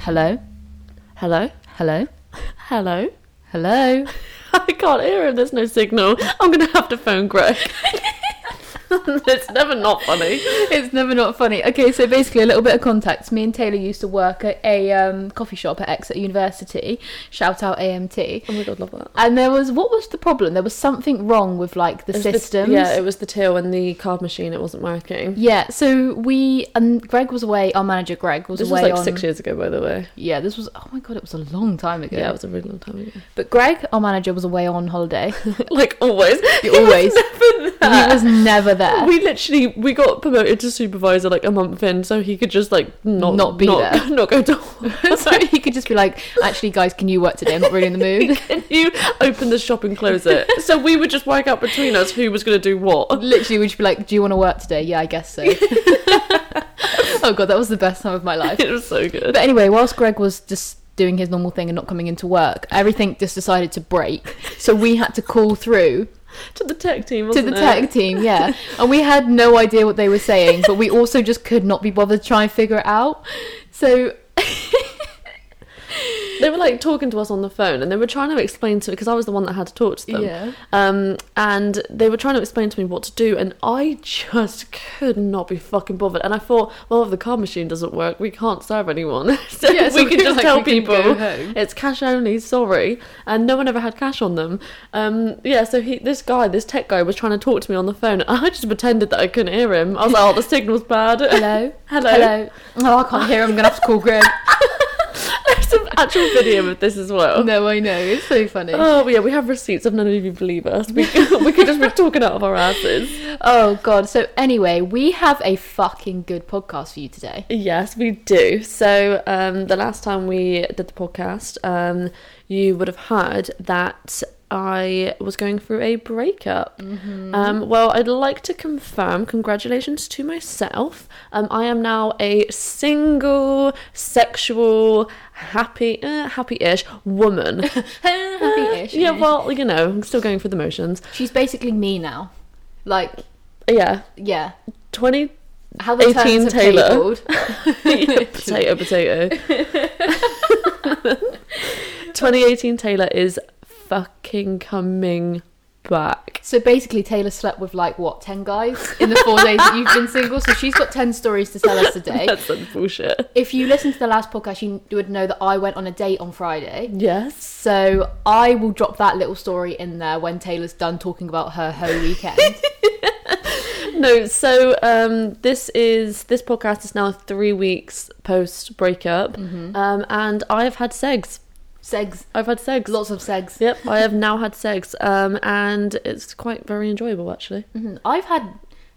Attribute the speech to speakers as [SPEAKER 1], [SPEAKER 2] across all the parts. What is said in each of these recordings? [SPEAKER 1] Hello?
[SPEAKER 2] Hello?
[SPEAKER 1] Hello?
[SPEAKER 2] Hello?
[SPEAKER 1] Hello?
[SPEAKER 2] I can't hear him. There's no signal. I'm going to have to phone Greg. it's never not funny.
[SPEAKER 1] It's never not funny. Okay, so basically, a little bit of context. Me and Taylor used to work at a um, coffee shop at Exeter University. Shout out AMT.
[SPEAKER 2] Oh my god, love that.
[SPEAKER 1] And there was what was the problem? There was something wrong with like the
[SPEAKER 2] It was the-
[SPEAKER 1] systems.
[SPEAKER 2] yeah, it was the till and the card machine. It wasn't working.
[SPEAKER 1] Yeah, so we and Greg was away. Our manager Greg was
[SPEAKER 2] This was
[SPEAKER 1] away
[SPEAKER 2] like
[SPEAKER 1] on.
[SPEAKER 2] six years ago, by the way.
[SPEAKER 1] Yeah, this was. Oh my god, it was a long time ago.
[SPEAKER 2] Yeah, it was a really long time ago.
[SPEAKER 1] But Greg, our manager, was away on holiday.
[SPEAKER 2] like always. He
[SPEAKER 1] always.
[SPEAKER 2] Was never
[SPEAKER 1] he
[SPEAKER 2] there.
[SPEAKER 1] was never there.
[SPEAKER 2] we literally we got promoted to supervisor like a month in, so he could just like not
[SPEAKER 1] Not be there.
[SPEAKER 2] not go to. work.
[SPEAKER 1] so he could just be like, actually, guys, can you work today? I'm not really in the mood.
[SPEAKER 2] and you open the shop and close it. so we would just work out between us who was going to do what.
[SPEAKER 1] Literally, would just be like, do you want to work today? Yeah, I guess so. oh god, that was the best time of my life.
[SPEAKER 2] It was so good.
[SPEAKER 1] But anyway, whilst Greg was just doing his normal thing and not coming into work, everything just decided to break. So we had to call through
[SPEAKER 2] To the tech team,
[SPEAKER 1] to
[SPEAKER 2] wasn't
[SPEAKER 1] the
[SPEAKER 2] it?
[SPEAKER 1] tech team, yeah. And we had no idea what they were saying, but we also just could not be bothered to try and figure it out. So
[SPEAKER 2] They were like talking to us on the phone, and they were trying to explain to because I was the one that had to talk to them.
[SPEAKER 1] yeah.
[SPEAKER 2] Um, and they were trying to explain to me what to do, and I just could not be fucking bothered. And I thought, well, if the card machine doesn't work, we can't serve anyone, so,
[SPEAKER 1] Yeah, so
[SPEAKER 2] we can
[SPEAKER 1] we're
[SPEAKER 2] just
[SPEAKER 1] like,
[SPEAKER 2] tell
[SPEAKER 1] we can
[SPEAKER 2] people
[SPEAKER 1] go home.
[SPEAKER 2] it's cash only. Sorry, and no one ever had cash on them. Um, yeah, so he, this guy, this tech guy, was trying to talk to me on the phone, and I just pretended that I couldn't hear him. I was like, oh, the signal's bad.
[SPEAKER 1] Hello?
[SPEAKER 2] Hello.
[SPEAKER 1] Hello. Oh, I can't hear him. I'm going to have to call Greg.
[SPEAKER 2] There's an actual video of this as well.
[SPEAKER 1] no, I know. It's so funny.
[SPEAKER 2] Oh yeah, we have receipts if none of you believe us. We, we could just be talking out of our asses.
[SPEAKER 1] Oh, God. So, anyway, we have a fucking good podcast for you today.
[SPEAKER 2] Yes, we do. So um, the last time we did the podcast, um, you would have heard that I was going through a breakup. Um, well, I'd like to confirm congratulations to myself. Um, I am now a single, sexual, happy, uh, happy-ish woman.
[SPEAKER 1] Happy-ish.
[SPEAKER 2] Yeah, well, you know, I'm still going through the motions.
[SPEAKER 1] She's basically me now. Like,
[SPEAKER 2] Yeah,
[SPEAKER 1] yeah.
[SPEAKER 2] twenty.
[SPEAKER 1] How the
[SPEAKER 2] 18
[SPEAKER 1] terms have
[SPEAKER 2] Taylor.
[SPEAKER 1] tabled.
[SPEAKER 2] potato, potato. 2018 Taylor is fucking coming back.
[SPEAKER 1] So basically, Taylor slept with like what ten guys in the four days that you've been single. So she's got ten stories to tell us today.
[SPEAKER 2] That's some bullshit.
[SPEAKER 1] If you listen to the last podcast, you would know that I went on a date on Friday.
[SPEAKER 2] Yes.
[SPEAKER 1] So I will drop that little story in there when Taylor's done talking about her whole weekend.
[SPEAKER 2] No, so um, this is this podcast is now three weeks post breakup,
[SPEAKER 1] Mm-hmm.
[SPEAKER 2] um, and I have had segs.
[SPEAKER 1] segs,
[SPEAKER 2] I've had segs.
[SPEAKER 1] lots of segs.
[SPEAKER 2] Yep, I have now had segs, um, and it's quite very enjoyable actually.
[SPEAKER 1] Mhm. I've had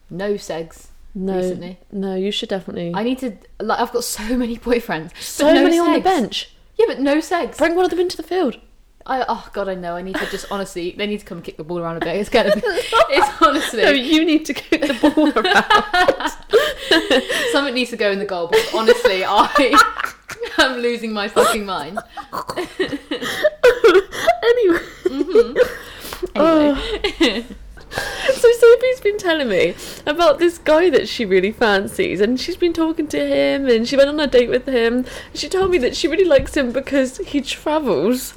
[SPEAKER 1] no segs
[SPEAKER 2] No,
[SPEAKER 1] recently.
[SPEAKER 2] no, you should definitely.
[SPEAKER 1] I need to like I've got so many boyfriends, but
[SPEAKER 2] so
[SPEAKER 1] no
[SPEAKER 2] many on the
[SPEAKER 1] segs.
[SPEAKER 2] bench.
[SPEAKER 1] Yeah, but no segs.
[SPEAKER 2] Bring one of them into the field.
[SPEAKER 1] I oh god, I know. I need to just honestly, they need to come kick the ball around a bit. It's gonna be, it's honestly.
[SPEAKER 2] No, you need to kick the ball around.
[SPEAKER 1] Something needs to go in the goal box. Honestly, I am losing my fucking mind.
[SPEAKER 2] anyway, Mm-hmm.
[SPEAKER 1] Anyway,
[SPEAKER 2] so Sophie's been telling me about this guy that she really fancies, and she's been talking to him, and she went on a date with him. She told me that she really likes him because he travels.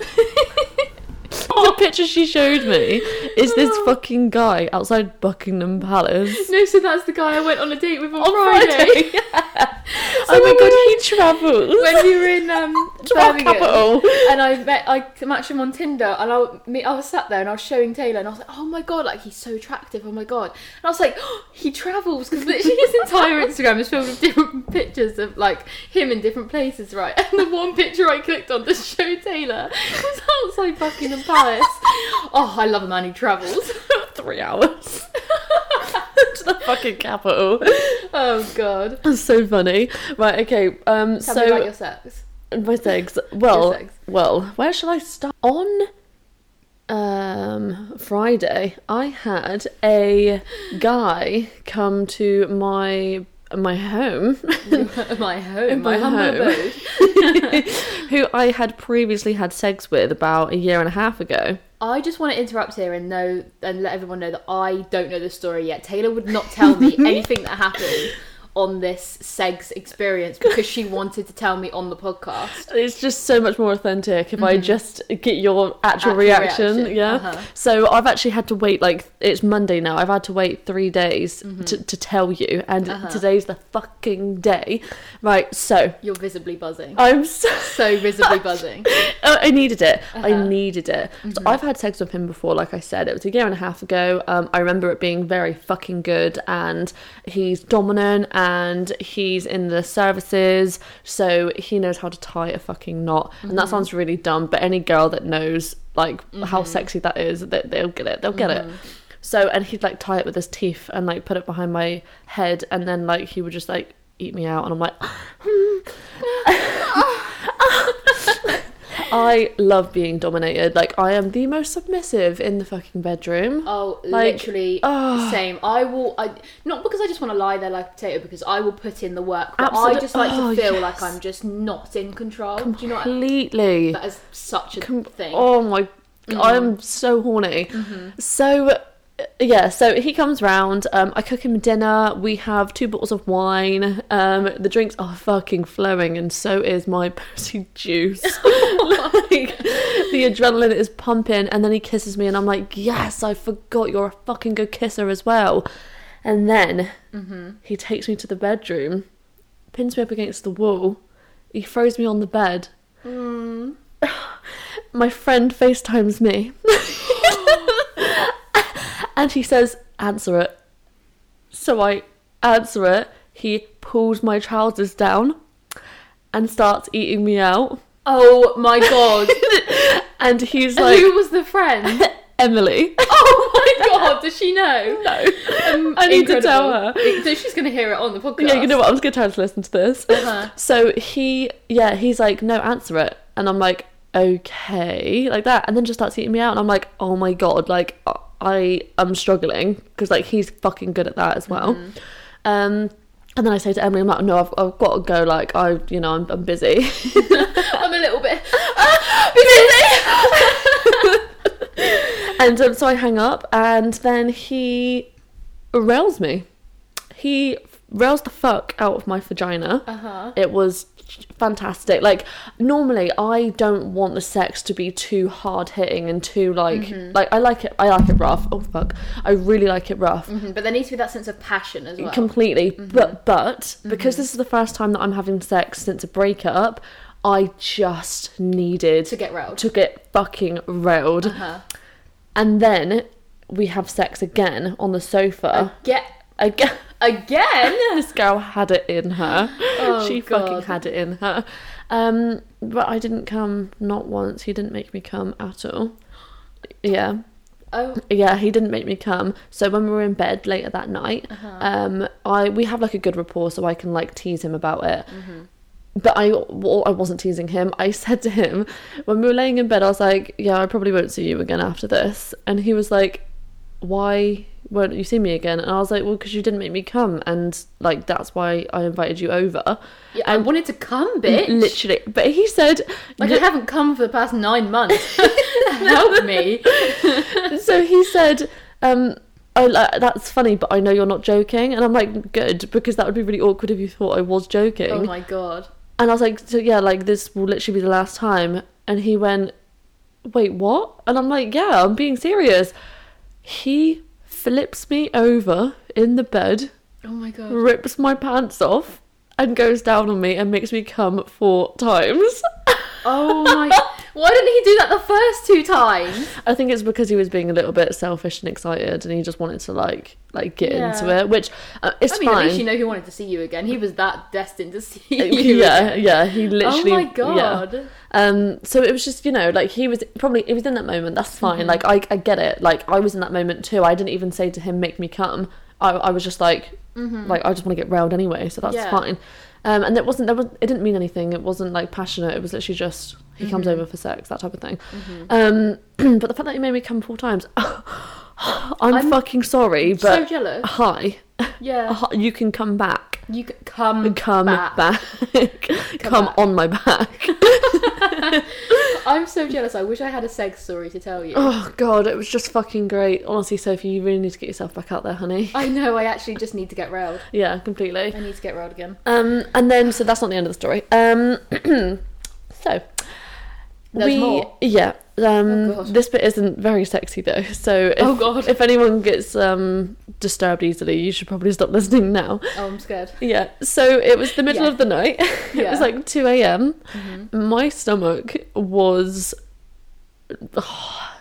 [SPEAKER 2] the picture she showed me is this fucking guy outside Buckingham Palace.
[SPEAKER 1] no, so that's the guy I went on a date with on,
[SPEAKER 2] On
[SPEAKER 1] Friday.
[SPEAKER 2] Friday. oh my
[SPEAKER 1] when
[SPEAKER 2] god,
[SPEAKER 1] we were-
[SPEAKER 2] he travels.
[SPEAKER 1] When we were in um,
[SPEAKER 2] To our
[SPEAKER 1] Birmingham,
[SPEAKER 2] capital.
[SPEAKER 1] and I met, I matched him on Tinder, and I, me, I was sat there and I was showing Taylor, and I was like, "Oh my god, like he's so attractive! Oh my god!" And I was like, "Oh, "He travels because literally his entire Instagram is filled with different pictures of like him in different places, right?" And the one picture I clicked on to show Taylor was outside Buckingham Palace. Oh, I love a man who travels.
[SPEAKER 2] Three hours to the fucking capital.
[SPEAKER 1] Oh god.
[SPEAKER 2] That's so funny. Right, okay. Um,
[SPEAKER 1] Tell
[SPEAKER 2] so
[SPEAKER 1] me about your sex.
[SPEAKER 2] my segs. Well,
[SPEAKER 1] segs.
[SPEAKER 2] well, where shall I start? On um Friday, I had a guy come to my my home
[SPEAKER 1] my home, my,
[SPEAKER 2] my
[SPEAKER 1] humble
[SPEAKER 2] home.
[SPEAKER 1] abode.
[SPEAKER 2] who I had previously had sex with about a year and a half ago.
[SPEAKER 1] I just want to interrupt here and know and let everyone know that I don't know the story yet. Taylor would not tell me anything that happened on this sex experience because she wanted to tell me on the podcast.
[SPEAKER 2] It's just so much more authentic if I just get your actual, reaction.
[SPEAKER 1] Mm-hmm. reaction,
[SPEAKER 2] Yeah.
[SPEAKER 1] uh-huh.
[SPEAKER 2] So I've actually had to wait like it's Monday now. I've had to wait three days
[SPEAKER 1] Mm-hmm.
[SPEAKER 2] to, to tell you, and
[SPEAKER 1] Uh-huh.
[SPEAKER 2] today's the fucking day. Right. So
[SPEAKER 1] You're visibly buzzing.
[SPEAKER 2] I'm so.
[SPEAKER 1] so visibly buzzing.
[SPEAKER 2] Oh, I needed it. I needed it. So I've had sex with him before, like I said. It was a year and a half ago. Um, I remember it being very fucking good, and he's dominant, and he's in the services, so he knows how to tie a fucking knot. And that sounds really dumb, but any girl that knows like how sexy that is, they, they'll get it. They'll get it. So and he'd like tie it with his teeth and like put it behind my head, and then like he would just like eat me out, and I'm like. I love being dominated. Like I am the most submissive in the fucking bedroom.
[SPEAKER 1] Oh,
[SPEAKER 2] Like,
[SPEAKER 1] literally
[SPEAKER 2] oh.
[SPEAKER 1] same. I will. I not because I just want to lie there like a potato, because I will put in the work. But I
[SPEAKER 2] Absolute-
[SPEAKER 1] just like
[SPEAKER 2] oh,
[SPEAKER 1] to feel
[SPEAKER 2] yes.
[SPEAKER 1] like I'm just not in control. Do you know? What I,
[SPEAKER 2] Completely.
[SPEAKER 1] that is such a
[SPEAKER 2] Com-
[SPEAKER 1] thing.
[SPEAKER 2] Oh my, I'm so horny. So uh, yeah, so he comes round. Um, I cook him dinner. We have two bottles of wine. Um, the drinks are fucking flowing, and so is my pussy juice. like the adrenaline is pumping, and then he kisses me, and I'm like, yes, I forgot you're a fucking good kisser as well. And then
[SPEAKER 1] Mm-hmm.
[SPEAKER 2] he takes me to the bedroom, pins me up against the wall. He throws me on the bed.
[SPEAKER 1] Mm.
[SPEAKER 2] My friend FaceTimes me. and he says, answer it. So I answer it. He pulls my trousers down and starts eating me out.
[SPEAKER 1] Oh my god!
[SPEAKER 2] And he's like,
[SPEAKER 1] Who was the friend?
[SPEAKER 2] Emily.
[SPEAKER 1] oh my god! Does she know?
[SPEAKER 2] No.
[SPEAKER 1] Um,
[SPEAKER 2] I need to
[SPEAKER 1] incredible.
[SPEAKER 2] tell her.
[SPEAKER 1] It- So she's gonna hear it on the podcast.
[SPEAKER 2] Yeah, you know what? I'm just gonna try to listen to this.
[SPEAKER 1] Uh-huh.
[SPEAKER 2] So he, yeah, he's like, no, answer it, and I'm like, okay, like that, and then just starts eating me out, and I'm like, oh my god, like I am struggling because like he's fucking good at that as well. Um, and then I say to Emily, I'm like, no, I've, I've got to go. Like I, you know, I'm, I'm busy.
[SPEAKER 1] I'm a little bit.
[SPEAKER 2] and um, so I hang up, and then he rails me. He rails the fuck out of my vagina.
[SPEAKER 1] Uh-huh.
[SPEAKER 2] It was fantastic. Like normally, I don't want the sex to be too hard hitting and too like
[SPEAKER 1] Mm-hmm.
[SPEAKER 2] like I like it. I like it rough. Oh fuck, I really like it rough.
[SPEAKER 1] Mhm, But there needs to be that sense of passion as well. Mm-hmm.
[SPEAKER 2] Completely, but but because this is the first time that I'm having sex since a breakup, I just needed
[SPEAKER 1] to get round.
[SPEAKER 2] to get fucking railed.
[SPEAKER 1] Uh-huh.
[SPEAKER 2] And then we have sex again on the sofa.
[SPEAKER 1] Get
[SPEAKER 2] Again,
[SPEAKER 1] again.
[SPEAKER 2] this girl had it in her.
[SPEAKER 1] Oh,
[SPEAKER 2] she
[SPEAKER 1] God.
[SPEAKER 2] fucking had it in her. Um, but I didn't come not once. He didn't make me come at all. Yeah,
[SPEAKER 1] Oh,
[SPEAKER 2] yeah, he didn't make me come. So when we were in bed later that night,
[SPEAKER 1] Uh-huh.
[SPEAKER 2] um, I we have like a good rapport, so I can like tease him about it.
[SPEAKER 1] Mm-hmm.
[SPEAKER 2] But I, well, I wasn't teasing him. I said to him when we were laying in bed, I was like, "Yeah, I probably won't see you again after this," and he was like, "Why won't you see me again?" And I was like, "Well, because you didn't make me come, and like that's why I invited you over."
[SPEAKER 1] yeah, I wanted to come, bitch.
[SPEAKER 2] Literally, but he said,
[SPEAKER 1] Like I haven't come for the past nine months. Help me.
[SPEAKER 2] so he said, um, oh, like, that's funny, but I know you're not joking. And I'm like, good, because that would be really awkward if you thought I was joking.
[SPEAKER 1] Oh my god.
[SPEAKER 2] and I was like, so yeah, like this will literally be the last time. And he went, wait, what? And I'm like, yeah, I'm being serious. He flips me over in the bed,
[SPEAKER 1] Oh my god.
[SPEAKER 2] rips my pants off, and goes down on me and makes me come four times.
[SPEAKER 1] Oh my. Why didn't he do that the first two times?
[SPEAKER 2] I think it's because he was being a little bit selfish and excited, and he just wanted to like like get
[SPEAKER 1] Yeah.
[SPEAKER 2] into it, which uh, it's
[SPEAKER 1] I mean, at
[SPEAKER 2] fine. Uh,
[SPEAKER 1] least you know he wanted to see you again. He was that destined to see you.
[SPEAKER 2] yeah, yeah, he literally.
[SPEAKER 1] oh my
[SPEAKER 2] yeah.
[SPEAKER 1] god.
[SPEAKER 2] Um, so it was just you know like he was probably it was in that moment. That's
[SPEAKER 1] Mm-hmm.
[SPEAKER 2] fine. Like I I get it. Like I was in that moment too. I didn't even say to him, "Make me come." I I was just like like I just want to get railed anyway, so that's
[SPEAKER 1] Mm-hmm. Yeah.
[SPEAKER 2] fine. Um, and it wasn't there was it didn't mean anything. It wasn't like passionate. It was literally just he comes
[SPEAKER 1] Mm-hmm.
[SPEAKER 2] over for sex, that type of thing. Um, but the fact that he made me come four times, I'm,
[SPEAKER 1] I'm
[SPEAKER 2] fucking sorry,
[SPEAKER 1] so
[SPEAKER 2] but Oh.
[SPEAKER 1] jealous.
[SPEAKER 2] hi,
[SPEAKER 1] Yeah.
[SPEAKER 2] Hi, you can come back
[SPEAKER 1] You c- come
[SPEAKER 2] come
[SPEAKER 1] back.
[SPEAKER 2] back, come,
[SPEAKER 1] back.
[SPEAKER 2] on my back.
[SPEAKER 1] I'm so jealous. I wish I had a sex story to tell you.
[SPEAKER 2] Oh god, it was just fucking great. Honestly, Sophie, you really need to get yourself back out there, honey.
[SPEAKER 1] I know. I actually just need to get railed.
[SPEAKER 2] Yeah, completely.
[SPEAKER 1] I need to get railed again.
[SPEAKER 2] Um, and then so that's not the end of the story. Um, so
[SPEAKER 1] There's more?
[SPEAKER 2] yeah. Um,
[SPEAKER 1] Oh, God.
[SPEAKER 2] this bit isn't very sexy though. So if,
[SPEAKER 1] Oh, God.
[SPEAKER 2] if anyone gets um disturbed easily, you should probably stop listening now.
[SPEAKER 1] Oh, I'm scared.
[SPEAKER 2] Yeah. So it was the middle
[SPEAKER 1] Yeah.
[SPEAKER 2] of the night. it
[SPEAKER 1] Yeah.
[SPEAKER 2] was like two a.m.
[SPEAKER 1] Mhm.
[SPEAKER 2] My stomach was.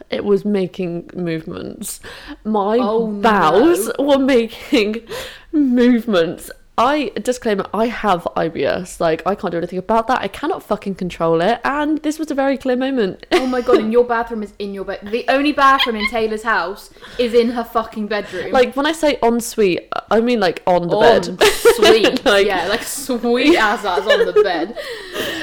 [SPEAKER 2] it was making movements. My
[SPEAKER 1] Oh,
[SPEAKER 2] bowels were making movements. I disclaimer, I have IBS. Like I can't do anything about that. I cannot fucking control it. And this was a very clear moment.
[SPEAKER 1] Oh my god, and your bathroom is in your bed. The only bathroom in Taylor's house is in her fucking bedroom.
[SPEAKER 2] Like when I say en suite, I mean like on the
[SPEAKER 1] on
[SPEAKER 2] bed.
[SPEAKER 1] sweet.
[SPEAKER 2] Like-
[SPEAKER 1] yeah, like sweet as that's on the bed.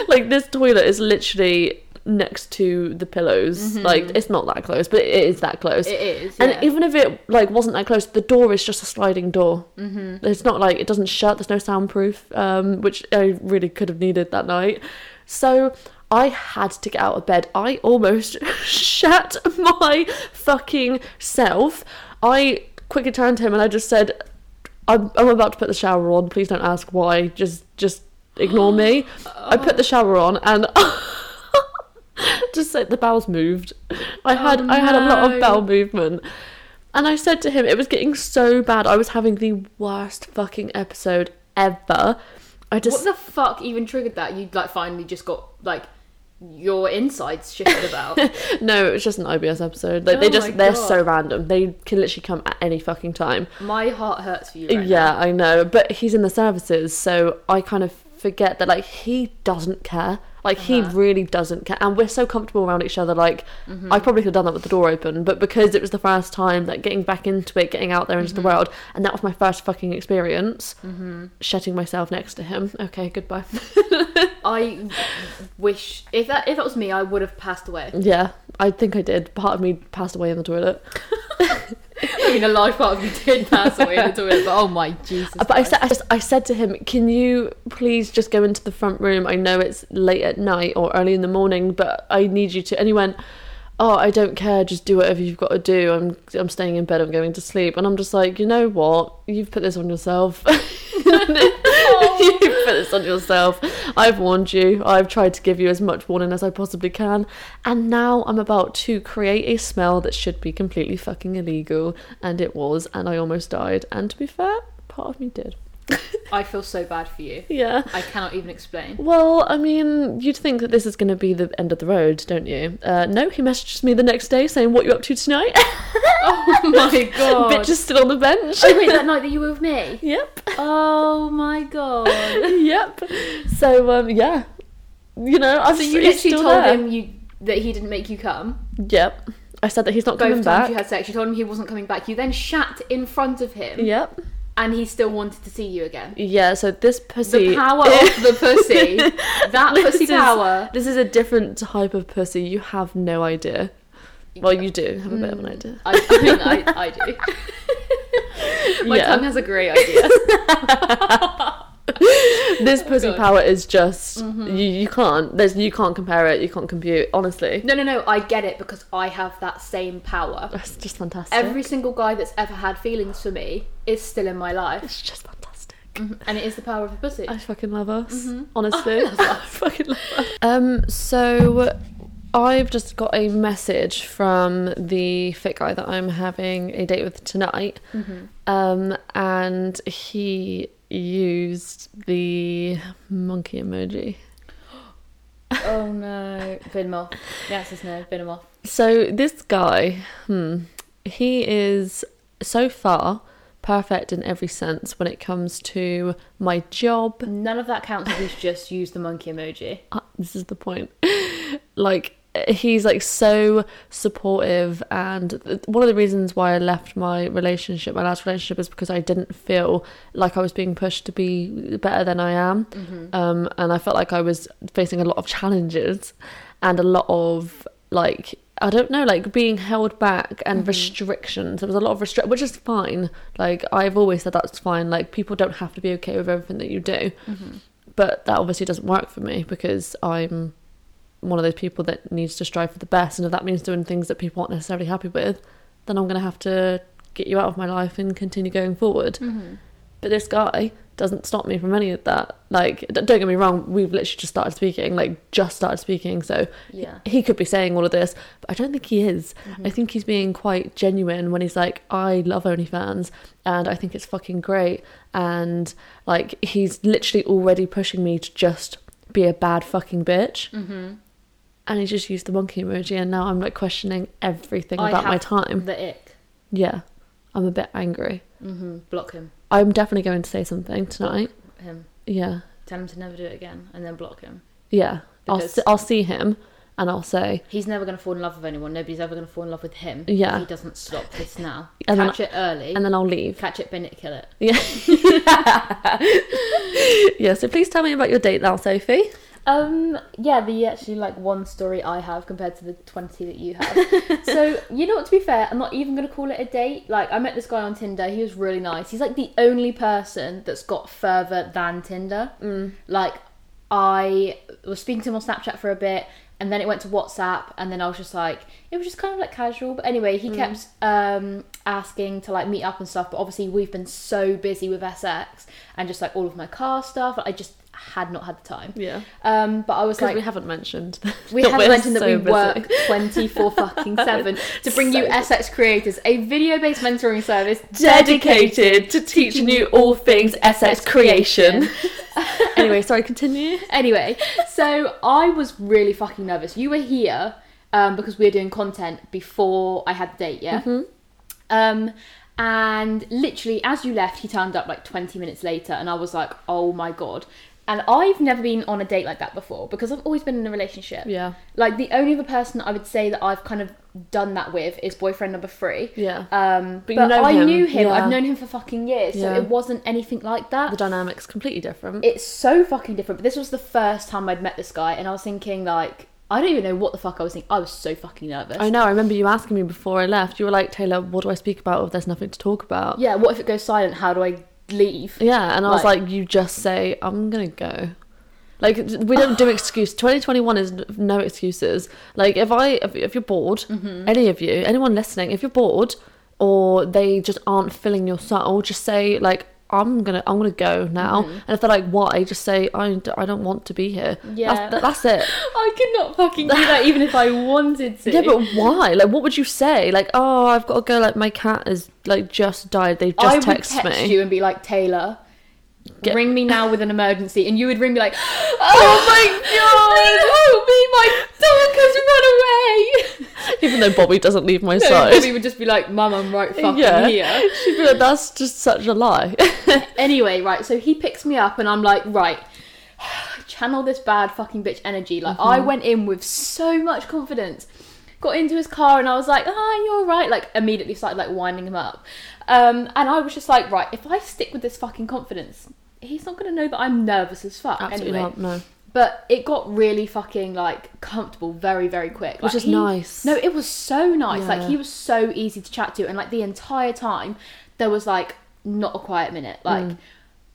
[SPEAKER 2] Like this toilet is literally next to the pillows. Like it's not that close, but it is that close.
[SPEAKER 1] It is.
[SPEAKER 2] And
[SPEAKER 1] yeah.
[SPEAKER 2] even if it like wasn't that close, the door is just a sliding door. Mm-hmm. It's not like it doesn't shut. There's no soundproof, um, which I really could have needed that night. So I had to get out of bed. I almost shat my fucking self. I quickly turned to him and I just said, "I'm, I'm about to put the shower on. Please don't ask why. Just just ignore me." I put the shower on and. Just like the bowels moved. I had I had a lot of
[SPEAKER 1] no.
[SPEAKER 2] bowel movement. And I said to him, it was getting so bad. I was having the worst fucking episode ever. I
[SPEAKER 1] what
[SPEAKER 2] just
[SPEAKER 1] the fuck even triggered that? You like finally just got like your insides shifted about.
[SPEAKER 2] no, it was just an IBS episode. Like they
[SPEAKER 1] Oh
[SPEAKER 2] just
[SPEAKER 1] my
[SPEAKER 2] they're
[SPEAKER 1] God.
[SPEAKER 2] so random. They can literally come at any fucking time.
[SPEAKER 1] my heart hurts for you. Right
[SPEAKER 2] yeah, I know. But he's in the services, so I kind of forget that like he doesn't care. Like he really doesn't care. And we're so comfortable around each other, like I probably could have done that with the door open, but because it was the first time that getting back into it, getting out there into the world, and that was my first fucking experience, shutting myself next to him. Okay, goodbye.
[SPEAKER 1] now. I wish if that if that was me, I would have passed away.
[SPEAKER 2] yeah, I think I did. Part of me passed away in the toilet.
[SPEAKER 1] I mean, a large part of you did pass away in the toilet, but oh my Jesus!
[SPEAKER 2] Uh, But I said, I, just, I said to him, "Can you please just go into the front room? I know it's late at night or early in the morning, but I need you to." And he went, "Oh, I don't care. Just do whatever you've got to do. I'm, I'm staying in bed. I'm going to sleep." And I'm just like, "You know what? You've put this on yourself. You've put this on yourself. I've warned you. I've tried to give you as much warning as I possibly can, and now I'm about to create a smell that should be completely fucking illegal, and it was, and I almost died. And to be fair." Part of me did.
[SPEAKER 1] I feel so bad for you.
[SPEAKER 2] Yeah.
[SPEAKER 1] I cannot even explain.
[SPEAKER 2] Well, I mean, you'd think that this is going to be the end of the road, don't you? Uh, no, he messages me the next day saying, "What you up to tonight?"
[SPEAKER 1] Oh my god!
[SPEAKER 2] Bitch is still on the bench.
[SPEAKER 1] Oh wait, that night that you were with me.
[SPEAKER 2] yep,
[SPEAKER 1] Oh my god!
[SPEAKER 2] yep. So um, yeah, you know, I'm
[SPEAKER 1] So you literally
[SPEAKER 2] he's still
[SPEAKER 1] told
[SPEAKER 2] there.
[SPEAKER 1] him you that he didn't make you come.
[SPEAKER 2] Yep, I said that he's not
[SPEAKER 1] Both
[SPEAKER 2] coming
[SPEAKER 1] times
[SPEAKER 2] back.
[SPEAKER 1] you had sex, you told him he wasn't coming back. You then shat in front of him,
[SPEAKER 2] Yep.
[SPEAKER 1] and he still wanted to see you again.
[SPEAKER 2] Yeah. So this pussy.
[SPEAKER 1] The power of the pussy. That
[SPEAKER 2] This
[SPEAKER 1] pussy
[SPEAKER 2] is-
[SPEAKER 1] power.
[SPEAKER 2] This is a different type of pussy. You have no idea. Well, you do have a bit of an idea.
[SPEAKER 1] I, I mean, I, I do. My
[SPEAKER 2] yeah.
[SPEAKER 1] tongue has a great idea.
[SPEAKER 2] this pussy
[SPEAKER 1] Oh, God. Mm-hmm.
[SPEAKER 2] power is just you, you can't there's you can't compare it you can't compute honestly
[SPEAKER 1] No, no, no. I get it because I have that same power.
[SPEAKER 2] it's just fantastic
[SPEAKER 1] Every single guy that's ever had feelings for me is still in my life, Mm-hmm.
[SPEAKER 2] it's just fantastic
[SPEAKER 1] and it Mm-hmm. is the power of a pussy.
[SPEAKER 2] I fucking love us honestly I fucking love us um so I've just got a message from the fit guy that I'm having a date with tonight
[SPEAKER 1] Mm-hmm.
[SPEAKER 2] um and he used the monkey emoji
[SPEAKER 1] Oh no, bin him off. Yes, his name, bin him off.
[SPEAKER 2] So this guy, hmm, he is so far perfect in every sense when it comes to my job.
[SPEAKER 1] None of that counts if he's just used the monkey emoji.
[SPEAKER 2] Uh, this is the point. like he's like so supportive and th- one of the reasons why I left my relationship, my last relationship is because I didn't feel like I was being pushed to be better than I am.
[SPEAKER 1] Mm-hmm.
[SPEAKER 2] Um and I felt like I was facing a lot of challenges and a lot of like I don't know, like being held back and restrictions. There was a lot of restrict, which is fine. Like I've always said, that's fine. Like people don't have to be okay
[SPEAKER 1] Mm-hmm.
[SPEAKER 2] with everything that you do, but that obviously doesn't work for me because I'm one of those people that needs to strive for the best, and if that means doing things that people aren't necessarily happy with, then I'm going to have to get you out of my life and continue going forward.
[SPEAKER 1] Mm-hmm.
[SPEAKER 2] But this guy doesn't stop me from any of that. Like, d- don't get me wrong, we've literally just started speaking, like, just started speaking, so
[SPEAKER 1] Yeah. Mm-hmm.
[SPEAKER 2] he could be saying all of this, but I don't think he is. I think he's being quite genuine when he's like, I love OnlyFans and I think it's fucking great. And like, he's literally already pushing me to just be a bad fucking bitch.
[SPEAKER 1] Mm-hmm.
[SPEAKER 2] And he just used the monkey emoji, and now I'm like questioning everything about my time.
[SPEAKER 1] The ick.
[SPEAKER 2] Yeah, I'm a bit angry.
[SPEAKER 1] Mm-hmm. Block him.
[SPEAKER 2] I'm definitely going to say something tonight.
[SPEAKER 1] Him.
[SPEAKER 2] Yeah,
[SPEAKER 1] Tell him to never do it again, and then block him.
[SPEAKER 2] yeah. I'll,
[SPEAKER 1] Because-
[SPEAKER 2] s I'll see him and I'll say,
[SPEAKER 1] He's never going to fall in love with anyone. Nobody's ever going to fall in love with him. if
[SPEAKER 2] Yeah.
[SPEAKER 1] he doesn't stop this now.
[SPEAKER 2] And then-
[SPEAKER 1] Catch it early.
[SPEAKER 2] and then I'll leave.
[SPEAKER 1] Catch it, bin it, kill it.
[SPEAKER 2] Yeah. yeah, so please tell me about your date now, Sophie.
[SPEAKER 1] Um, yeah, the actually like one story I have compared to the twenty that you have. so you know what? To be fair, I'm not even gonna call it a date. Like I met this guy on Tinder. He was really nice. He's like the only person that's got further than Tinder. Like I was speaking to him on Snapchat for a bit, and then it went to WhatsApp, and then I was just like, it was just kind of like casual. But anyway, he kept um asking to like meet up and stuff. But obviously, we've been so busy with SX and just like all of my car stuff. I just had not had the time.
[SPEAKER 2] Yeah.
[SPEAKER 1] Um, but I was
[SPEAKER 2] Because
[SPEAKER 1] like,
[SPEAKER 2] we haven't mentioned.
[SPEAKER 1] we
[SPEAKER 2] that
[SPEAKER 1] have
[SPEAKER 2] we're
[SPEAKER 1] mentioned that we
[SPEAKER 2] so busy.
[SPEAKER 1] work 24 fucking 7 to bring you
[SPEAKER 2] So-
[SPEAKER 1] SX Creators, a video based mentoring service
[SPEAKER 2] dedicated to teaching you all things SS creation. anyway, sorry, continue.
[SPEAKER 1] anyway, so I was really fucking nervous. You were here um, because we were doing content before I had the date, yeah?
[SPEAKER 2] Mm-hmm.
[SPEAKER 1] Um, and literally, as you left, he turned up like 20 minutes later, and I was like, oh my god. And I've never been on a date like that before because I've always been in a relationship.
[SPEAKER 2] Yeah.
[SPEAKER 1] Like, the only other person I would say that I've kind of done that with is boyfriend number three.
[SPEAKER 2] Yeah.
[SPEAKER 1] Um, but
[SPEAKER 2] But you know
[SPEAKER 1] I
[SPEAKER 2] him.
[SPEAKER 1] knew him.
[SPEAKER 2] Yeah.
[SPEAKER 1] I've known him for fucking years.
[SPEAKER 2] Yeah.
[SPEAKER 1] So it wasn't anything like that
[SPEAKER 2] The dynamic's completely different.
[SPEAKER 1] it's so fucking different. But this was the first time I'd met this guy, and I was thinking like, I don't even know what the fuck I was thinking. I was so fucking nervous.
[SPEAKER 2] I know, I remember you asking me before I left. You were like, Taylor, what do I speak about if there's nothing to talk about?
[SPEAKER 1] Yeah, what if it goes silent? How do I leave?
[SPEAKER 2] Yeah, and I was
[SPEAKER 1] Like-
[SPEAKER 2] like, you just say, I'm gonna go. Like we don't do excuse. 2021 is n- no excuses. Like if I if, if you're bored,
[SPEAKER 1] Mm-hmm.
[SPEAKER 2] any of you, anyone listening, if you're bored or they just aren't filling your soul, just say like I'm gonna I'm gonna go now.
[SPEAKER 1] Mm-hmm.
[SPEAKER 2] And if they're like why, just say I, d- I don't want to be here.
[SPEAKER 1] Yeah.
[SPEAKER 2] that's, that- that's it.
[SPEAKER 1] I could not fucking do that even if I wanted to.
[SPEAKER 2] yeah, but why? Like what would you say? Like oh I've got to go. Like my cat has like just died. They
[SPEAKER 1] I
[SPEAKER 2] just
[SPEAKER 1] would
[SPEAKER 2] text,
[SPEAKER 1] text,
[SPEAKER 2] me.
[SPEAKER 1] you and be like, Taylor,
[SPEAKER 2] Get-
[SPEAKER 1] ring me now with an emergency, and you would ring me like, Oh my god, help me! My dog has run away.
[SPEAKER 2] Even though Bobby doesn't leave my
[SPEAKER 1] So
[SPEAKER 2] side.
[SPEAKER 1] Bobby would just be like, Mum, I'm right fucking here.
[SPEAKER 2] She'd be like, that's just such a lie.
[SPEAKER 1] Anyway, right, so he picks me up and I'm like, right, channel this bad fucking bitch energy. Like, I
[SPEAKER 2] Mm-hmm.
[SPEAKER 1] went in with so much confidence. Got into his car and I was like, ah, you're right. Like, immediately started like winding him up. Um, and I was just like, right, if I stick with this fucking confidence, he's not gonna know that I'm nervous as fuck.
[SPEAKER 2] Absolutely
[SPEAKER 1] anyway.
[SPEAKER 2] not, no.
[SPEAKER 1] But it got really fucking like comfortable very, very quick.
[SPEAKER 2] Which
[SPEAKER 1] Like,
[SPEAKER 2] is
[SPEAKER 1] he-
[SPEAKER 2] nice.
[SPEAKER 1] No, it was so nice. Like
[SPEAKER 2] Yeah.
[SPEAKER 1] he was so easy to chat to, and like the entire time, there was like not a quiet minute. Like
[SPEAKER 2] Mm.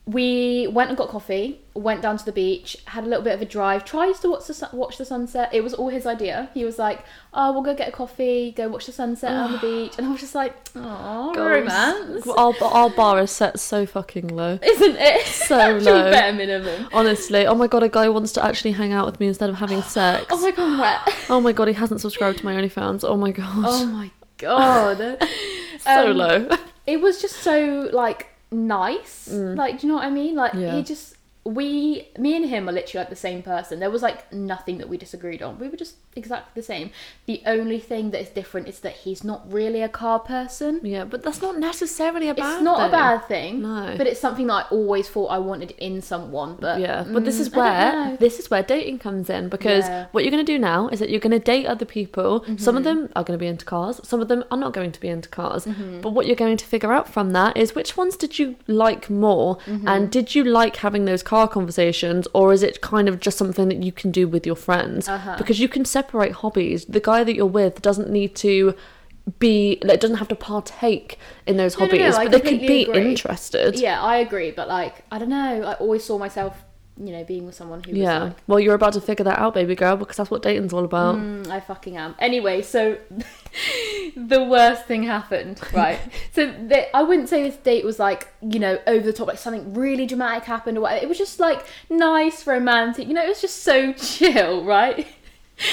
[SPEAKER 1] we went and got coffee, went down to the beach, had a little bit of a drive, tried to watch the sun- watch the sunset. It was all his idea. He was like, "Oh, we'll go get a coffee, go watch the sunset on the beach," and I was just like, "Oh, romance."
[SPEAKER 2] Our, our bar is set so fucking low.
[SPEAKER 1] Isn't it
[SPEAKER 2] So
[SPEAKER 1] Actual
[SPEAKER 2] low.
[SPEAKER 1] bare minimum?
[SPEAKER 2] Honestly, oh my god, a guy wants to actually hang out with me instead of having sex.
[SPEAKER 1] Oh my god, I'm wet.
[SPEAKER 2] Oh my god, he hasn't subscribed to my OnlyFans. Oh my god.
[SPEAKER 1] Oh my god.
[SPEAKER 2] so
[SPEAKER 1] Um,
[SPEAKER 2] low.
[SPEAKER 1] It was just so like nice. Like, do you know what I mean? Like
[SPEAKER 2] Mm. Yeah.
[SPEAKER 1] he just we me and him are literally like the same person. There was like nothing that we disagreed on. We were just exactly the same. The only thing that is different is that he's not really a car person.
[SPEAKER 2] yeah, but that's not necessarily a bad
[SPEAKER 1] it's not a
[SPEAKER 2] thing.
[SPEAKER 1] bad thing.
[SPEAKER 2] No.
[SPEAKER 1] But it's something that I always thought I wanted in someone. But
[SPEAKER 2] yeah but this
[SPEAKER 1] mm,
[SPEAKER 2] is
[SPEAKER 1] I don't
[SPEAKER 2] where
[SPEAKER 1] know.
[SPEAKER 2] this is where dating comes in because
[SPEAKER 1] Yeah. Mm-hmm.
[SPEAKER 2] what you're going to do now is that you're going to date other people some of them are going to be into cars some of them are not going to be into cars but what you're going to figure out from that is which ones did you like more
[SPEAKER 1] Mm-hmm.
[SPEAKER 2] and did you like having those car conversations or is it kind of just something that you can do with your friends
[SPEAKER 1] Uh-huh.
[SPEAKER 2] because you can separate hobbies the guy that you're with doesn't need to be like doesn't have to partake in those
[SPEAKER 1] No, no, no,
[SPEAKER 2] hobbies
[SPEAKER 1] I
[SPEAKER 2] but they could
[SPEAKER 1] completely
[SPEAKER 2] be
[SPEAKER 1] agree.
[SPEAKER 2] interested
[SPEAKER 1] Yeah, I agree, but like I don't know, I always saw myself you know, being with someone who was
[SPEAKER 2] Yeah.
[SPEAKER 1] like,
[SPEAKER 2] Well, you're about to figure that out, baby girl, because that's what dating's all about.
[SPEAKER 1] Mm, I fucking am. Anyway, so the worst thing happened, right? so the, I wouldn't say this date was like, you know, over the top, like something really dramatic happened or whatever. It was just like nice, romantic, you know, it was just so chill, right?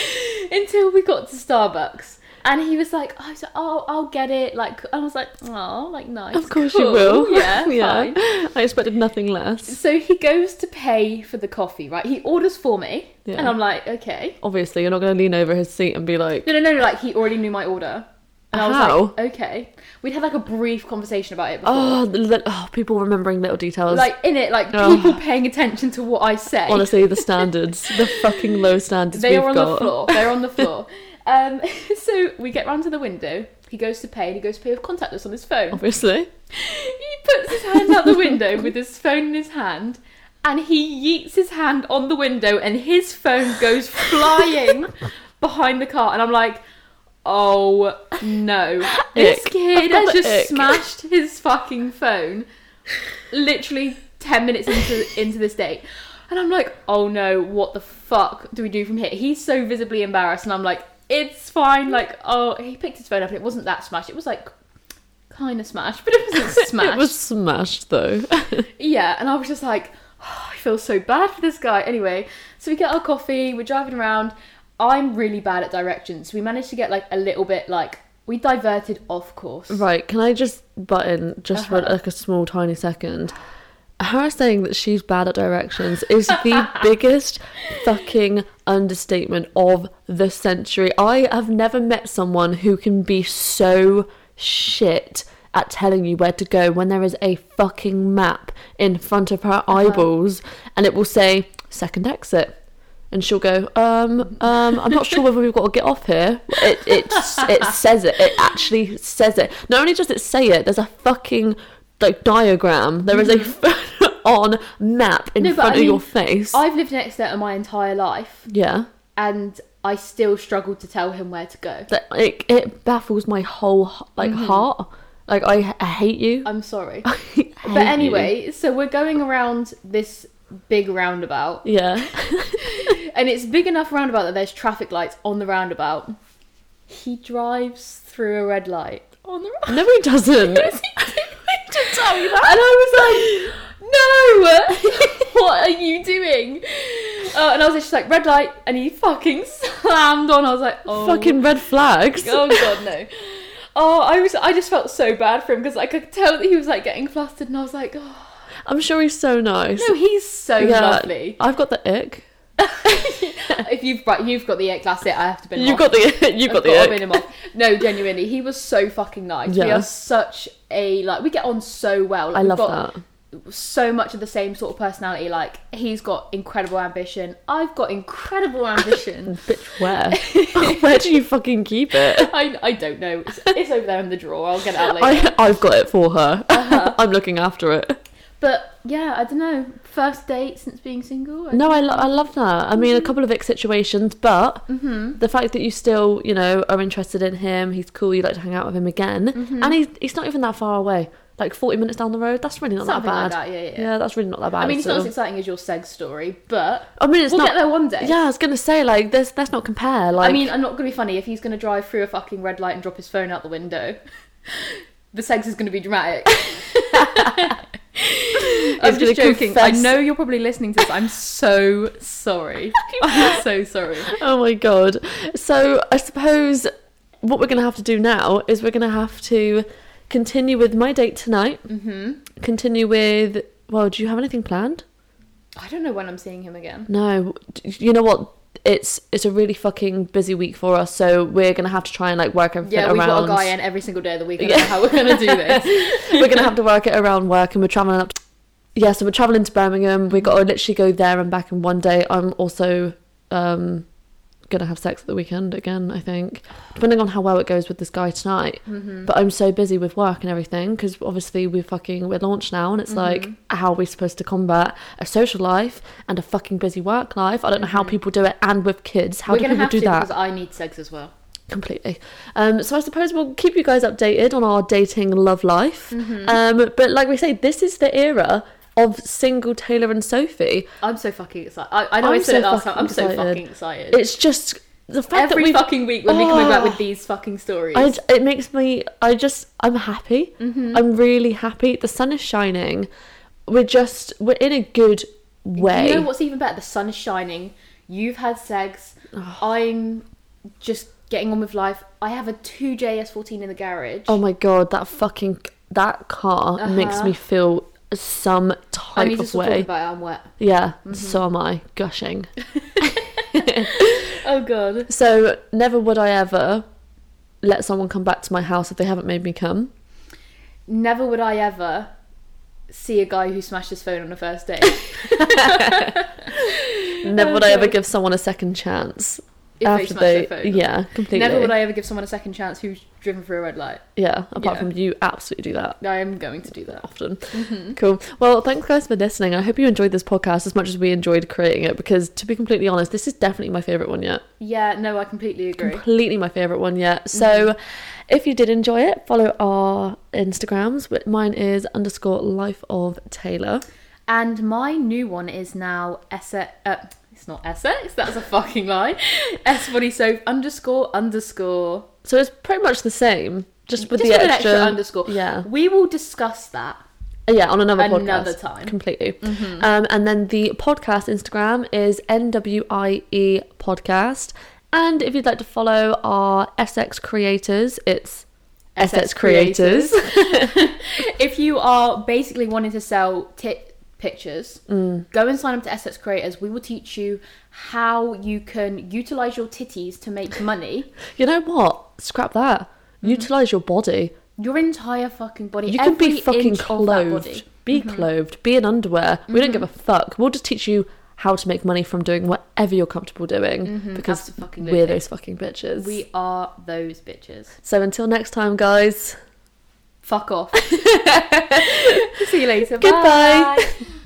[SPEAKER 1] Until we got to Starbucks. And he was like, I was like, oh, I'll get it. Like, I was like, oh, like nice.
[SPEAKER 2] Of course you
[SPEAKER 1] cool.
[SPEAKER 2] will.
[SPEAKER 1] Yeah, fine.
[SPEAKER 2] I expected nothing less.
[SPEAKER 1] So he goes to pay for the coffee, right? He orders for me,
[SPEAKER 2] Yeah.
[SPEAKER 1] and I'm like, okay.
[SPEAKER 2] Obviously, you're not going to lean over his seat and be like,
[SPEAKER 1] No, no, no, no, like he already knew my order. And I
[SPEAKER 2] How?
[SPEAKER 1] was like, okay. We'd had like a brief conversation about it before.
[SPEAKER 2] oh, the, the- oh people remembering little details.
[SPEAKER 1] like in it, like
[SPEAKER 2] Ugh.
[SPEAKER 1] people paying attention to what I say.
[SPEAKER 2] Honestly, the standards, the fucking low standards
[SPEAKER 1] they
[SPEAKER 2] we've
[SPEAKER 1] are on
[SPEAKER 2] got.
[SPEAKER 1] the floor. They're on the floor. um, so we get round to the window. He goes to pay and he goes to pay with contactless on his phone.
[SPEAKER 2] Obviously,
[SPEAKER 1] he puts his hand out the window with his phone in his hand and he yeets his hand on the window and his phone goes flying behind the car. And I'm like, oh no. This
[SPEAKER 2] Ick.
[SPEAKER 1] kid has
[SPEAKER 2] Another
[SPEAKER 1] just
[SPEAKER 2] ick.
[SPEAKER 1] smashed his fucking phone literally 10 minutes into, into this date. And I'm like, oh no, what the fuck do we do from here? He's so visibly embarrassed. And I'm like, it's fine. Like, oh, he picked his phone up and it wasn't that smashed. It was like kind of smashed, but it wasn't smashed.
[SPEAKER 2] it was smashed though.
[SPEAKER 1] Yeah, and I was just like, oh, I feel so bad for this guy. Anyway, so we get our coffee, we're driving around. I'm really bad at directions. We managed to get like a little bit like we diverted off course.
[SPEAKER 2] Right, can I just butt in just for
[SPEAKER 1] Uh-huh.
[SPEAKER 2] like a small tiny second? Her saying that she's bad at directions is the biggest fucking understatement of the century. I have never met someone who can be so shit at telling you where to go when there is a fucking map in front of her eyeballs and it will say second exit. And she'll go, um, um, I'm not sure whether we've got to get off here. It, it, it says it. It actually says it. Not only does it say it, there's a fucking like diagram. There is a full on map in
[SPEAKER 1] Mm-hmm. No, but
[SPEAKER 2] front
[SPEAKER 1] I
[SPEAKER 2] of
[SPEAKER 1] mean,
[SPEAKER 2] your face.
[SPEAKER 1] I've lived next to him my entire life
[SPEAKER 2] yeah,
[SPEAKER 1] and I still struggled to tell him where to go.
[SPEAKER 2] that it, it baffles my whole h- like heart. Like I, I hate you.
[SPEAKER 1] I'm sorry.
[SPEAKER 2] I hate
[SPEAKER 1] Mm-hmm. But anyway, so we're going around this big roundabout
[SPEAKER 2] you. yeah,
[SPEAKER 1] and it's big enough roundabout that there's traffic lights on the roundabout. He drives through a red light on the roundabout.
[SPEAKER 2] no, he doesn't.
[SPEAKER 1] And I was like, no, what are you doing? Uh, and I was just like, red light, and he fucking slammed on. I was like, oh,
[SPEAKER 2] Fucking red flags.
[SPEAKER 1] oh god, no. Oh, I was, I just felt so bad for him because I could tell that he was like getting flustered, and I was like, oh,
[SPEAKER 2] I'm sure he's so nice.
[SPEAKER 1] no, he's so
[SPEAKER 2] Yeah,
[SPEAKER 1] Oh, lovely.
[SPEAKER 2] I've got the ick.
[SPEAKER 1] if you've right, you've got the ick, that's it. I have to bin him
[SPEAKER 2] You
[SPEAKER 1] off.
[SPEAKER 2] got the you
[SPEAKER 1] I've
[SPEAKER 2] got the
[SPEAKER 1] to bin
[SPEAKER 2] ick.
[SPEAKER 1] him off. No, genuinely, he was so fucking nice. We
[SPEAKER 2] Yeah.
[SPEAKER 1] are such a like we get on so well. Like,
[SPEAKER 2] I
[SPEAKER 1] we've
[SPEAKER 2] love
[SPEAKER 1] got
[SPEAKER 2] that.
[SPEAKER 1] so much of the same sort of personality. Like he's got incredible ambition. I've got incredible ambition.
[SPEAKER 2] Bitch, where? where do you fucking keep it?
[SPEAKER 1] I, I don't know. It's, it's over there in the drawer. I'll get it out later.
[SPEAKER 2] I, I've got it for her.
[SPEAKER 1] Uh-huh.
[SPEAKER 2] I'm looking after it.
[SPEAKER 1] But yeah, I don't know. First date since being single. I-
[SPEAKER 2] No, I, lo- I love that. I mean,
[SPEAKER 1] Mm-hmm.
[SPEAKER 2] a couple of ick situations, but the fact that you still, you know, are interested in him, he's cool, you like to hang out with him again,
[SPEAKER 1] Mm-hmm.
[SPEAKER 2] and he's, he's not even that far away. Like 40 minutes down the road, that's really not
[SPEAKER 1] Something
[SPEAKER 2] that
[SPEAKER 1] like
[SPEAKER 2] bad.
[SPEAKER 1] that, yeah, yeah.
[SPEAKER 2] Yeah, that's really not that bad.
[SPEAKER 1] I mean, it's
[SPEAKER 2] at
[SPEAKER 1] not
[SPEAKER 2] all.
[SPEAKER 1] as exciting as your seg story, but
[SPEAKER 2] I mean, it's
[SPEAKER 1] we'll
[SPEAKER 2] not.
[SPEAKER 1] get there one day.
[SPEAKER 2] Yeah, I was going to say, like, there's, let's not compare. Like,
[SPEAKER 1] I mean, I'm not gonna be funny if he's gonna drive through a fucking red light and drop his phone out the window. the sex is gonna be dramatic. I'm
[SPEAKER 2] gonna
[SPEAKER 1] just joking. I
[SPEAKER 2] confess.
[SPEAKER 1] know you're probably listening to this. I'm so sorry. I'm so sorry.
[SPEAKER 2] oh my god. So I suppose what we're going to have to do now is we're going to have to continue with my date tonight. Mm-hmm. Continue with. Well, do you have anything planned?
[SPEAKER 1] I don't know when I'm seeing him again.
[SPEAKER 2] No. D- You know what? It's it's a really fucking busy week for us, so we're gonna have to try and like work everything
[SPEAKER 1] Yeah,
[SPEAKER 2] around.
[SPEAKER 1] we've got a guy in every single day of the week. I don't
[SPEAKER 2] Yeah.
[SPEAKER 1] know how we're gonna do this.
[SPEAKER 2] we're gonna have to work it around work, and we're traveling up. Yeah, so we're traveling to Birmingham. We got to
[SPEAKER 1] Mm-hmm.
[SPEAKER 2] literally go there and back in one day. I'm also um, gonna have sex at the weekend again. I think, depending on how well it goes with this guy tonight.
[SPEAKER 1] Mm-hmm.
[SPEAKER 2] But I'm so busy with work and everything because obviously we're fucking we're launched now, and it's
[SPEAKER 1] Mm-hmm.
[SPEAKER 2] like how are we supposed to combat a social life and a fucking busy work life? I don't know how people do it, and with kids,
[SPEAKER 1] Mm-hmm.
[SPEAKER 2] how
[SPEAKER 1] we're
[SPEAKER 2] do
[SPEAKER 1] gonna
[SPEAKER 2] people
[SPEAKER 1] have
[SPEAKER 2] do
[SPEAKER 1] to
[SPEAKER 2] that?
[SPEAKER 1] because I need sex as well.
[SPEAKER 2] completely um so i suppose we'll keep
[SPEAKER 1] Mm-hmm.
[SPEAKER 2] you guys updated on our dating love life um but like we say this is the era of single Taylor and Sophie.
[SPEAKER 1] I'm so fucking excited. I, I know i
[SPEAKER 2] I'm
[SPEAKER 1] said it
[SPEAKER 2] so
[SPEAKER 1] last time. I'm
[SPEAKER 2] fucking
[SPEAKER 1] so
[SPEAKER 2] excited.
[SPEAKER 1] fucking excited.
[SPEAKER 2] It's just the fact
[SPEAKER 1] Every
[SPEAKER 2] that
[SPEAKER 1] fucking week when we come back
[SPEAKER 2] Oh.
[SPEAKER 1] with these fucking stories.
[SPEAKER 2] we. I, it makes me. I just. I'm happy.
[SPEAKER 1] Mm-hmm.
[SPEAKER 2] I'm really happy. The sun is shining. We're just. We're in a good way.
[SPEAKER 1] You know what's even better? The sun is shining. You've had sex. I'm just getting on with life. I have a 2JS14 in the garage.
[SPEAKER 2] Oh my god, that fucking that car makes
[SPEAKER 1] Uh-huh.
[SPEAKER 2] me feel some
[SPEAKER 1] I
[SPEAKER 2] type
[SPEAKER 1] need to
[SPEAKER 2] of
[SPEAKER 1] stop talking
[SPEAKER 2] way.
[SPEAKER 1] about it. Mm-hmm. I'm wet.
[SPEAKER 2] Yeah, so am I, gushing.
[SPEAKER 1] Oh god.
[SPEAKER 2] So never would I ever let someone come back to my house if they haven't made me come.
[SPEAKER 1] Never would I ever see a guy who smashed his phone on the first date.
[SPEAKER 2] Never would I ever
[SPEAKER 1] Okay.
[SPEAKER 2] give someone a second chance
[SPEAKER 1] If they
[SPEAKER 2] after
[SPEAKER 1] smash
[SPEAKER 2] they.
[SPEAKER 1] their phone.
[SPEAKER 2] Yeah, completely.
[SPEAKER 1] Never would I ever give someone a second chance who's driven through a red light.
[SPEAKER 2] Yeah,
[SPEAKER 1] Yeah.
[SPEAKER 2] apart from you, absolutely do that.
[SPEAKER 1] I am going to do that.
[SPEAKER 2] often.
[SPEAKER 1] Mm-hmm.
[SPEAKER 2] Cool. Well, thanks guys for listening. I hope you enjoyed this podcast as much as we enjoyed creating it because to be completely honest, this is definitely my favorite one yet.
[SPEAKER 1] Yeah, no, I completely agree. Mm-hmm.
[SPEAKER 2] Completely my favorite one yet. So if you did enjoy it, follow our Instagrams. Wh- Mine is underscore life of Taylor.
[SPEAKER 1] And my new one is now Essex. Uh, it's not Essex. That's a fucking lie. S body soap underscore underscore.
[SPEAKER 2] So it's pretty much the same, just with
[SPEAKER 1] Just
[SPEAKER 2] the
[SPEAKER 1] with an
[SPEAKER 2] extra,
[SPEAKER 1] extra underscore.
[SPEAKER 2] Yeah,
[SPEAKER 1] We will discuss that.
[SPEAKER 2] yeah, on another podcast.
[SPEAKER 1] Another time. Mm-hmm.
[SPEAKER 2] completely. Um, and then the podcast Instagram is NWIE E podcast. And if you'd like to follow our SX creators, it's SX creators.
[SPEAKER 1] if you are basically wanting to sell tit pictures,
[SPEAKER 2] Mm.
[SPEAKER 1] go and sign up to Essex Creators. We will teach you how you can utilize your titties to make money.
[SPEAKER 2] you know what? Scrap that.
[SPEAKER 1] Mm-hmm.
[SPEAKER 2] Utilize your body.
[SPEAKER 1] your entire fucking body.
[SPEAKER 2] You can be
[SPEAKER 1] every
[SPEAKER 2] fucking
[SPEAKER 1] inch of that
[SPEAKER 2] clothed.
[SPEAKER 1] body. Mm-hmm.
[SPEAKER 2] Be clothed. Be in underwear. We don't give a fuck. We'll just teach you how to make money from doing whatever you're comfortable doing
[SPEAKER 1] Mm-hmm.
[SPEAKER 2] because
[SPEAKER 1] Abso-fucking-lutely.
[SPEAKER 2] we're those fucking bitches.
[SPEAKER 1] We are those bitches.
[SPEAKER 2] so until next time, guys.
[SPEAKER 1] Fuck off. See you later.
[SPEAKER 2] Goodbye.
[SPEAKER 1] Bye.